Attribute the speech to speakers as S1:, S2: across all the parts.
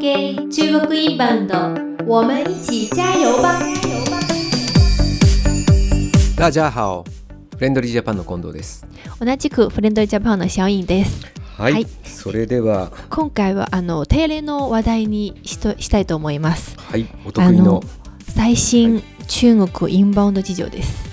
S1: 系中国インバウンド，我们一起加油吧！
S2: ラジャーハオフレンドリージャパンの近藤です。
S3: 同じくフレンドジャパンのシャオインです。
S2: はい、
S3: はい
S2: それでは
S3: 今回はあの定例の話題にしとしたいと思います。
S2: はいお得意の
S3: 最
S2: は
S3: 新中国インバウンド事情です。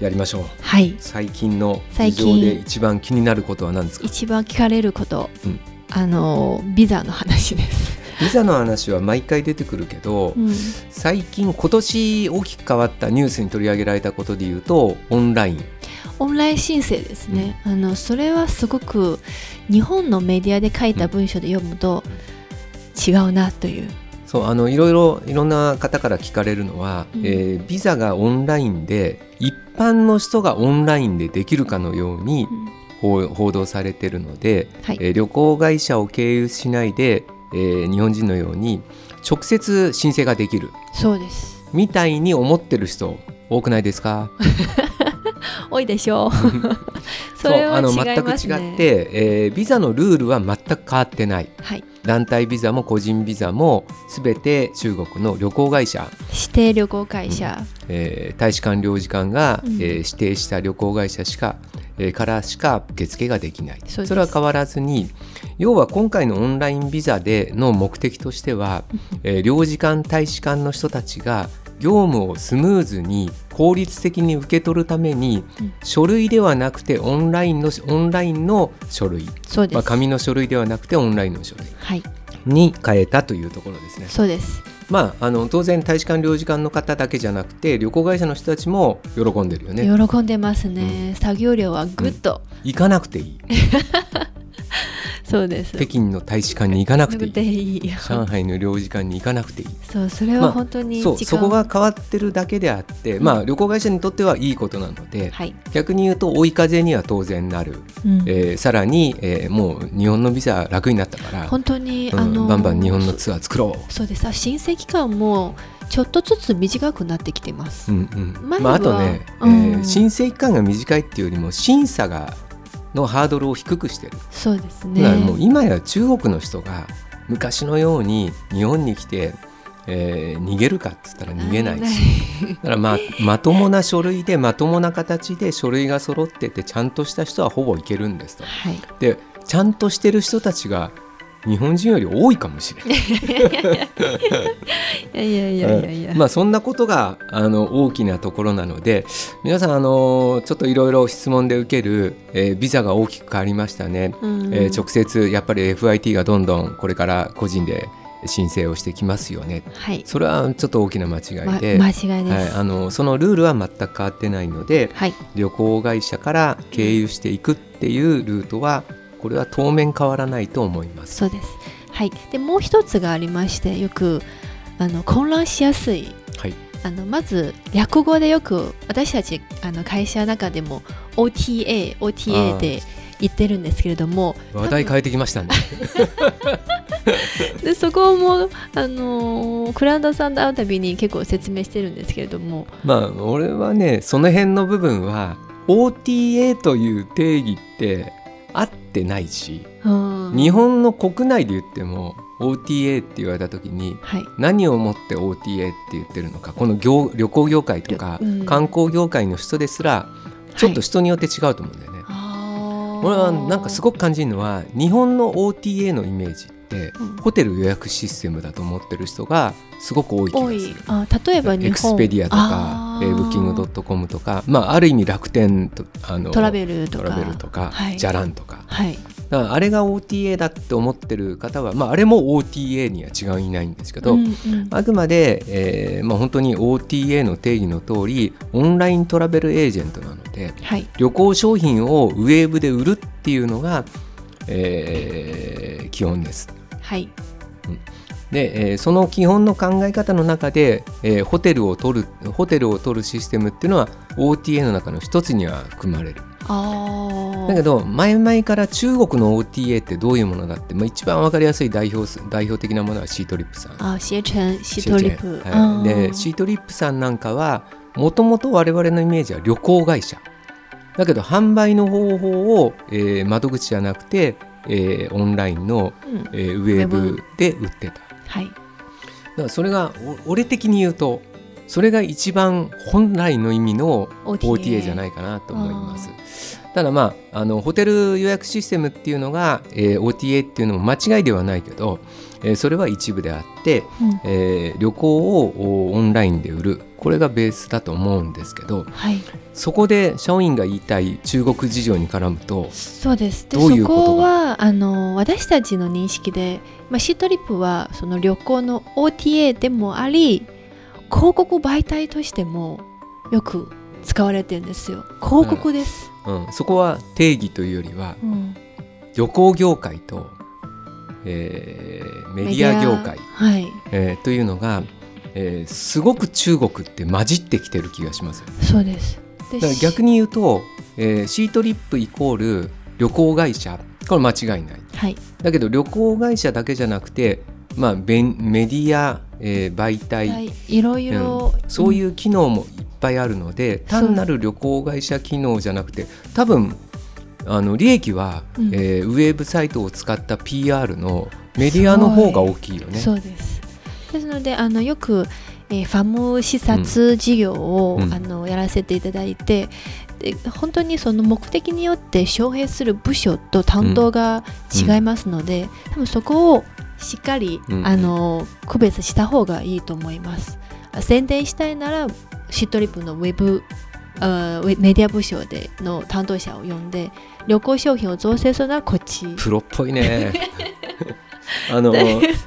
S2: やりましょう。
S3: はい。
S2: 最近の
S3: 最
S2: 事情
S3: 近
S2: で一番気になることは何ですか。
S3: 一番聞かれること、
S2: うん
S3: あのビザの話です。
S2: ビザの話は毎回出てくるけど、最近今年大きく変わったニュースに取り上げられたことで言うとオンライン。
S3: オンライン申請ですね。あのそれはすごく日本のメディアで書いた文章で読むと違うなという。
S2: そうあのいろいろいろんな方から聞かれるのは、
S3: うん
S2: えービザがオンラインで一般の人がオンラインでできるかのように
S3: うん
S2: 報報道されているので、
S3: はい
S2: えー旅行会社を経由しないで、えー日本人のように直接申請ができる
S3: そうです。
S2: みたいに思ってる人多くないですか
S3: 多いでし ょう。 それは違い
S2: そう
S3: ま
S2: あの
S3: す
S2: 全
S3: ね。
S2: く違って、えービザのルールは全く変わってない
S3: はい。
S2: 団体ビザも個人ビザも全て中国の旅行会社、
S3: 指定旅行会社。
S2: えー大使館領事館が、
S3: うん
S2: えー指定した旅行会社しか、えーからしか受付ができない
S3: そうです
S2: れは変わらずに要は今回のオンラインビザでの目的としては、えー領事館大使館の人たちが業務をスムーズに効率的に受け取るために、
S3: うん
S2: 書類ではなくてオンラインのオンラインの書類、
S3: そうです。
S2: まあ、紙の書類ではなくてオンラインの書類
S3: はい、
S2: に変えたというところですね。
S3: そうです。
S2: まあ、あの当然大使館領事館の方だけじゃなくて旅行会社の人たちも喜んでるよね
S3: 喜んでますね。作業量はぐっと。
S2: 行かなくていい
S3: そうです。
S2: 北京の大使館に行かなくていい
S3: でいい。
S2: 上海の領事館に行かなくていい
S3: そう、それ
S2: ま
S3: は
S2: あ
S3: 本当に時間、
S2: そうそこが変わってるだけであって、まあ、旅行会社にとってはいいことなので、
S3: はい。
S2: 逆に言うと追い風には当然なる、
S3: うん
S2: えーさらに、えーもう日本のビザ楽になったから、
S3: 本当に、
S2: うん
S3: あの
S2: バンバン日本のツアー作ろ
S3: そそうです。あ申請期間もちょっとずつ短くなってきてま
S2: う、
S3: す。
S2: うんうん
S3: 前は
S2: まあ、あとね、えー
S3: うん
S2: 申請期間が短いっていうよりも審査がのハードルを低くしてる
S3: そうです
S2: だから
S3: ね。
S2: もう今や中国の人が昔のように日本に来て、えー逃げるかっつったら逃げないし、だからまあ、まともな書類でまともな形で書類が揃っててちゃんとした人はほぼいけるんですと。
S3: はい。
S2: でちゃんとしてる人たちが日本人より多いかもしれない
S3: いやいやいやいやいや。
S2: まあそんなことがあの大きなところなので皆さんあのちょっといろいろ質問で受ける、えービザが大きく変わりましたね
S3: うん
S2: えー直接やっぱり FIT がどんどんこれから個人で申請をしてきますよね
S3: はい。
S2: それはちょっと大きな間
S3: ま
S2: 違いで、
S3: 間違いで
S2: はい、
S3: す。
S2: あのそのルールは全く変わってないので
S3: はい。
S2: 旅行会社から経由していくっていうルートはこれは当面変わらないと思います。
S3: そうです。はい。でもう一つがありまして、よくあの混乱しやすい
S2: はい、
S3: あのまず略語でよく私たちあの会社の中でも OTA、
S2: あー
S3: OTA で言ってるんですけれど も
S2: 話題変えてきましたね。
S3: でそこも、あのークラウドさんと会うたびに結構説明してるんですけれども
S2: まあ俺はねその辺の部分は OTA という定義って合ってないし
S3: うん
S2: 日本の国内で言っても OTA って言われた時に
S3: はい
S2: 何をもって OTA って言ってるのかこの業旅行業界とか
S3: 旅うん
S2: 観光業界の人ですらちょっ
S3: は
S2: と
S3: い
S2: 人によって違うと思うんだよね。
S3: あー
S2: 俺はなんかすごく感じるのは日本の OTA のイメージって
S3: うん
S2: ホテル予約システムだと思ってる人がすごく多い気が
S3: 多
S2: す
S3: い
S2: る。
S3: あ例えば日本
S2: エクスペディアとか
S3: あ
S2: え
S3: ー
S2: ーブッキングドットコムとか、まあ、ある意味楽天とあの
S3: トラベルと
S2: ト
S3: か
S2: ラベルとか
S3: はい
S2: じゃらんとか
S3: はい
S2: だからあれが OTA だって思ってる方は、まあ、あれも OTA には違いないんですけど、
S3: うんうん
S2: あくまで、えーまあ、本当に OTA の定義の通りオンライントラベルエージェントなので
S3: はい
S2: 旅行商品をウェーブで売るっていうのが、えー基本です。
S3: はい
S2: で、えーその基本の考え方の中で、えーホテルを取るホテルを取るシステムっていうのは OTA の中の一つには含まれる
S3: あ
S2: だけど前々から中国の OTA ってどういうものだって、まあ、一番わかりやすい代表す代表的なものはシートリップさん
S3: あ携程シートリップ、
S2: はい
S3: あ
S2: で
S3: ー
S2: シートリップさんなんかはもともと我々のイメージは旅行会社だけど販売の方法を、えー窓口じゃなくて、えーオンラインの、
S3: うん
S2: えーウェブで売ってた
S3: はい
S2: だからそれがお俺的に言うとそれが一番本来の意味の
S3: OTA
S2: OTA じゃないかなと思います。ただまああのホテル予約システムっていうのが、えー OTA っていうのも間違いではないけど、えーそれは一部であって、
S3: うん
S2: えー旅行をおオンラインで売るこれがベースだと思うんですけど
S3: はい
S2: そこでシャオインが言いたい中国事情に絡むと
S3: そうですで
S2: どういう
S3: そ
S2: こと
S3: こ
S2: が
S3: はあの私たちの認識で、まあ、シートリップはその旅行の OTA でもあり広告媒体としてもよく使われてるんですよ広告です、
S2: うん、そこは定義というよりは
S3: うん
S2: 旅行業界と、えーメディア業界、
S3: はい
S2: えーというのが、えーすごく中国って混じってきてる気がします。だ
S3: そうですで
S2: から逆に言うと、えーシートリップイコール旅行会社これ間違いない。
S3: はい
S2: だけど旅行会社だけじゃなくて、まあ、ベンメディア、えー媒体、
S3: はい、いろいろ、
S2: うんそういうう機能もいっぱいあるので、単なる旅行会社機能じゃなくて多分あの利益は、
S3: うん
S2: えーウェブサイトを使った PR のメディアの方が大きいよ
S3: ん、
S2: ね。
S3: そうですですのであのよく、えーファム視察事業を、
S2: うん
S3: あのやらせていただいてで本当にその目的によって招聘する部署と担当が違いますので、多分そこをしっかり、
S2: うん
S3: あの区別した方がいいと思いますあ宣伝したいならシートリップのウェブあーウェメディア部署での担当者を呼んで旅行商品を造成するならこっち
S2: プロっぽい ね。あの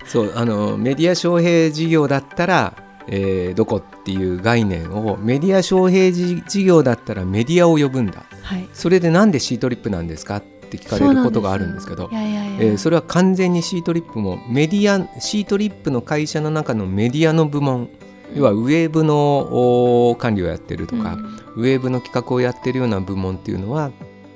S2: そうあのメディア招聘事業だったら、えーどこっていう概念をメディア招聘事事業だったらメディアを呼ぶんだ
S3: はい
S2: それでなんでシートリップなんですかって聞かれることがあるんですけど
S3: そうなんですよいやいやいや、
S2: えーそれは完全にシートリップもメディアシートリップの会社の中のメディアの部門要はウェーブのおー管理をやってるとか、
S3: うん
S2: ウェーブの企画をやってるような部門っていうのは、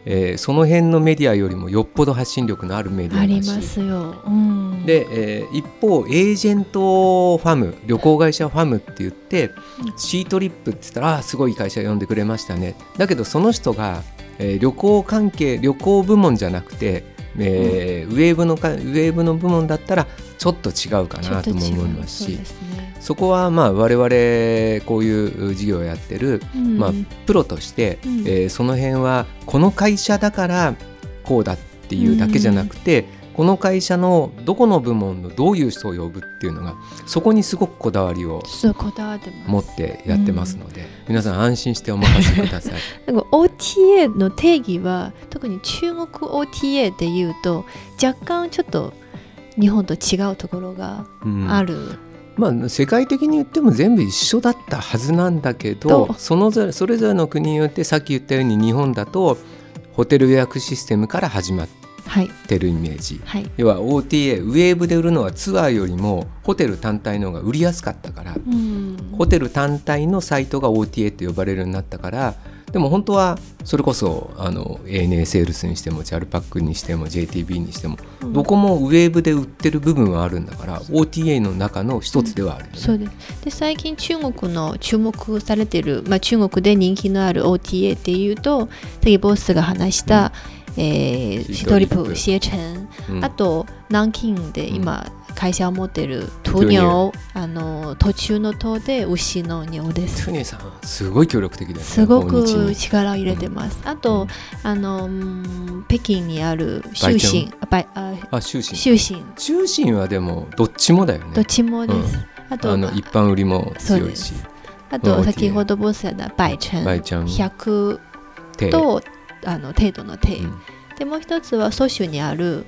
S2: えーその辺のメディアよりもよっぽど発信力のあるメディ
S3: あ
S2: ア
S3: り
S2: だし
S3: ますよ。うん、
S2: で、えー一方エージェントファム旅行会社ファムって言って、
S3: うん
S2: シートリップって言ったらあーすごい会社呼んでくれましたねだけどその人が、えー旅行関係旅行部門じゃなくて、えーウェーブのかウェーブの部門だったらちょっと違うか
S3: ちょ
S2: な
S3: っと
S2: と
S3: 違う
S2: も思います
S3: そう
S2: し
S3: ですね
S2: そこはまあ我々こういう事業をやってる
S3: うん
S2: まあプロとして、
S3: うん
S2: えーその辺はこの会社だからこうだっていうだけじゃなくて、この会社のどこの部門のどういう人を呼ぶっていうのがそこにすごくこだわりを
S3: そうこだわってます。
S2: 持ってやってますので、皆さん安心してお任せく ださい。
S3: なんか OTA の定義は特に中国 OTA で言うと若干ちょっと日本と違うところが
S2: うん
S3: ある。
S2: まあ、世界的に言っても全部一緒だったはずなんだけど
S3: どう
S2: そのぞれそれぞれの国によってさっき言ったように日本だとホテル予約システムから始まっ
S3: はい
S2: てるイメージ
S3: はい。
S2: 要は OTA ウェーブで売るのはツアーよりもホテル単体の方が売りやすかったから
S3: うん。
S2: ホテル単体のサイトが OTA と呼ばれるようになったからでも本当はそれこそあの ANA セールスにしても JALPAC にしても JTB にしても
S3: うん
S2: どこもウェーブで売ってる部分はあるんだから OTA の中の一つではあるよね、
S3: そうですで最近中国の注目されてる、まあ、中国で人気のある OTA っていうと次ボスが話した、えーシ
S2: シ
S3: ト
S2: ト
S3: リ
S2: リ
S3: ッ
S2: ッ
S3: プ
S2: プ
S3: 携程
S2: うん
S3: あと南京で今会社を持ってる途牛、あの途中の塔で牛の牛です
S2: トゥニーさんすごい協力的だよね
S3: すご
S2: 訪日
S3: く
S2: に
S3: 力を入れてます、あと、あのうん北京にある修
S2: 売
S3: 身あばいあ
S2: あ終身
S3: 修身
S2: 終身はでもどっちもだよ
S3: どっ
S2: ね
S3: ちもです、
S2: う
S3: あと
S2: あの一般売りも強いし
S3: あ
S2: うん
S3: と
S2: OTA
S3: 先ほどボスやった百
S2: バ
S3: 城
S2: イちゃん
S3: 100
S2: 手
S3: とあの程度の程、
S2: うん
S3: でもう一つは蘇州にある、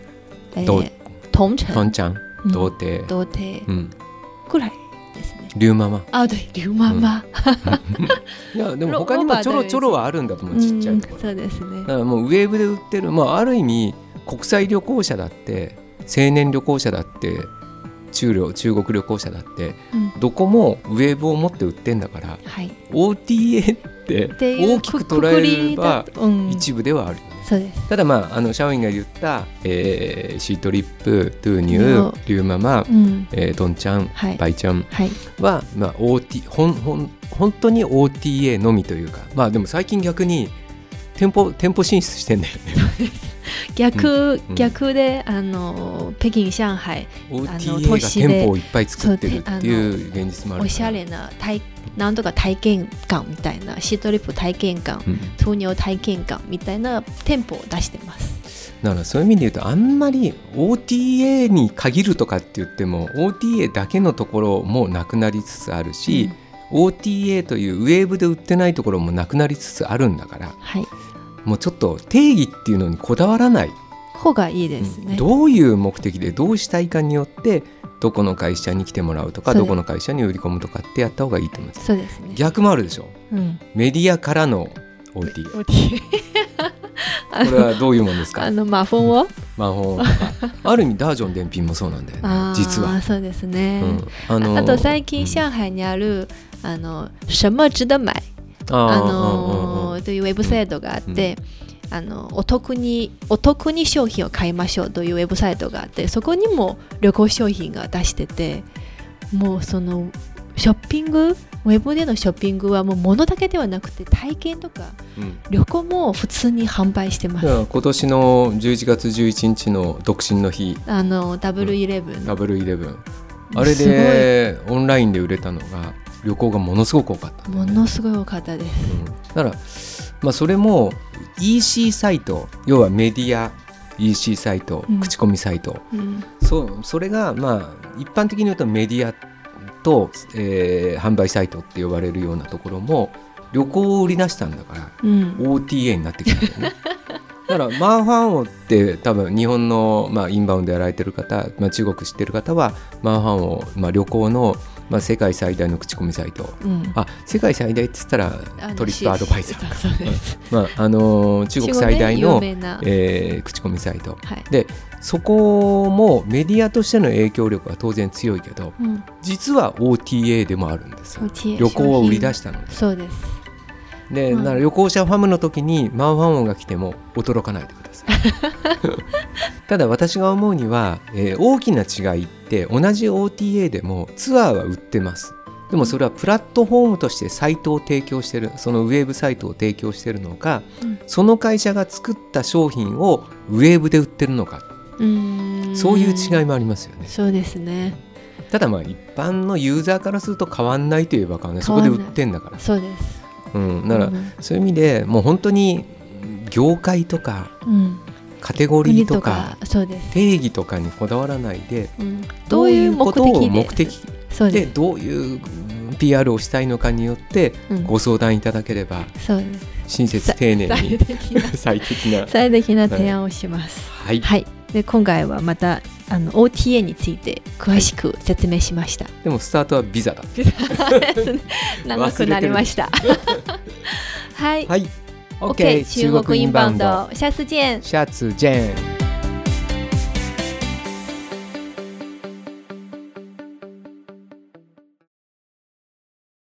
S3: え
S2: どう
S3: ー、同
S2: ト
S3: 城
S2: ンちゃん
S3: うん
S2: 童貞
S3: 童貞
S2: うん
S3: くらいですね
S2: リュウママ
S3: あ对流ママ、
S2: いやでも
S3: ロ
S2: 他に
S3: ロ
S2: も
S3: バー
S2: ちょろ
S3: 大
S2: ちょろはあるんだと思うちっちゃいところ
S3: そうですね
S2: だからもうウェーブで売ってる、まあ、ある意味国際旅行者だって青年旅行者だって中旅中国旅行者だって
S3: うん
S2: どこもウェーブを持って売ってんだから
S3: はいっ
S2: OTA って
S3: ていう
S2: 大きく捉えれば
S3: くくりだとうん
S2: 一部ではあるよね。
S3: そうです
S2: ただまああのシャオインが言った、えーシートリップトゥーニ
S3: そ
S2: ュ
S3: う
S2: ーリュウママ
S3: う、ん
S2: えー、トンちゃん、
S3: はい
S2: バイちゃん
S3: はい
S2: は、まあ、OT ほんほん本当に OTA のみというかまあでも最近逆に 店舗店舗進出してんだよね。
S3: 逆、
S2: うん
S3: 逆であの北京、上海あの
S2: OTA
S3: 都
S2: が
S3: 市で
S2: 店舗をいっぱい作ってるっていう現実もあるから
S3: おしゃれな体なんとか体験館みたいなシートリップ体験館
S2: うん
S3: 糖尿体験館みたいな店舗を出してます。
S2: だからそういう意味で言うとあんまり OTA に限るとかって言っても OTA だけのところもなくなりつつあるし、OTA というウェーブで売ってないところもなくなりつつあるんだから
S3: はい、
S2: もうちょっと定義っていうのにこだわらない、
S3: 方がいいですね。
S2: どういう目的でどうしたいかによってどこの会社に来てもらうと
S3: そ
S2: か
S3: うで
S2: ど
S3: す
S2: この会社に売り込むとかってやった方がいいと思います
S3: そうですね。
S2: 逆もあるでしょ
S3: うん。
S2: メディアからの OTA こ
S3: OTA あ
S2: れ
S3: の
S2: はどういうものです
S3: あ
S2: か
S3: のマフォンを
S2: 魔法とか ある意味ダージョン伝品もそうなんだよ
S3: あ
S2: ね
S3: ー
S2: 実は、
S3: そうですね。
S2: うんあ
S3: あと最近
S2: うん
S3: 上海にある、あの什么值得买
S2: あ
S3: あ
S2: ーうんうん
S3: の
S2: うん
S3: というウェブサイトがあって、あのお得にお得に商品を買いましょうというウェブサイトがあってそこにも旅行商品が出しててもうそのショッピングウェブでのショッピングはもう物だけではなくて体験とか
S2: うん
S3: 旅行も普通に販売してま
S2: だから
S3: す。
S2: 今年の11月11日の独身の日
S3: あのダブルイレブン
S2: ダブルイレブンあれでオンラインで売れたのが旅行がものすごく多かったんだ
S3: も
S2: よね、
S3: のすごい多かったです。
S2: うんだから、まあ、それも EC サイト要はメディア EC サイト、
S3: うん
S2: 口コミサイト、
S3: うん
S2: そうそれがまあ一般的に言うとメディアと、えー販売サイトって呼ばれるようなところも旅行を売り出したんだから
S3: うん、
S2: OTA になってきたん だよね。だからマーファンオって多分日本の、まあ、インバウンドやられてる方、まあ、中国知ってる方はマーファンオ、まあ、旅行の、まあ、世界最大の口コミサイト
S3: うん、
S2: あ世界最大って言ったら
S3: あの
S2: トリップアドバイザ ー、
S3: そうです
S2: まああのー中国最大の、
S3: 有名な
S2: えー口コミサイト
S3: はい
S2: そこもメディアとしての影響力は当然強いけど
S3: うん、
S2: 実は OTA でもあるんですよ
S3: OTA
S2: 旅行を売り出
S3: 商
S2: したの
S3: 品そうです
S2: でで、
S3: うん
S2: だから旅行者ファムの時にマンファンオンが来ても驚かないでく ださいただ私が思うには、えー大きな違いって同じ OTA でもツアーは売ってますでもそれはプラットフォームとしてサイトを提供してるそのウェブサイトを提供してるのか、
S3: うん
S2: その会社が作った商品をウェブで売ってるのか
S3: うーん
S2: そういう違いもありますよね
S3: そうですね
S2: ただまあ一般のユーザーからすると変わんないといえば変わんないそこで売ってんだから
S3: そうです
S2: うんだから
S3: うん
S2: そういう意味でもう本当にうん業界とか
S3: うん、
S2: カテゴリ
S3: 国
S2: ーと
S3: と
S2: か
S3: かそうです、
S2: 定義とかにこだわらないで
S3: うん、どういう目
S2: どういう
S3: 的
S2: ことを
S3: で
S2: 目的
S3: そう
S2: で
S3: です
S2: どういううん PR をしたいのかによって
S3: うん
S2: ご相談いただければ
S3: そうです
S2: 親切丁寧
S3: 最
S2: に
S3: 適な
S2: 最適な
S3: 最適な提案をします
S2: はい
S3: はい、で今回はまたあの OTA について詳しく説明しました、
S2: でもスタートはビザだ
S3: 長くなりました はい
S2: はい
S3: OK 哦中国インバウンド下次见
S2: 下次见。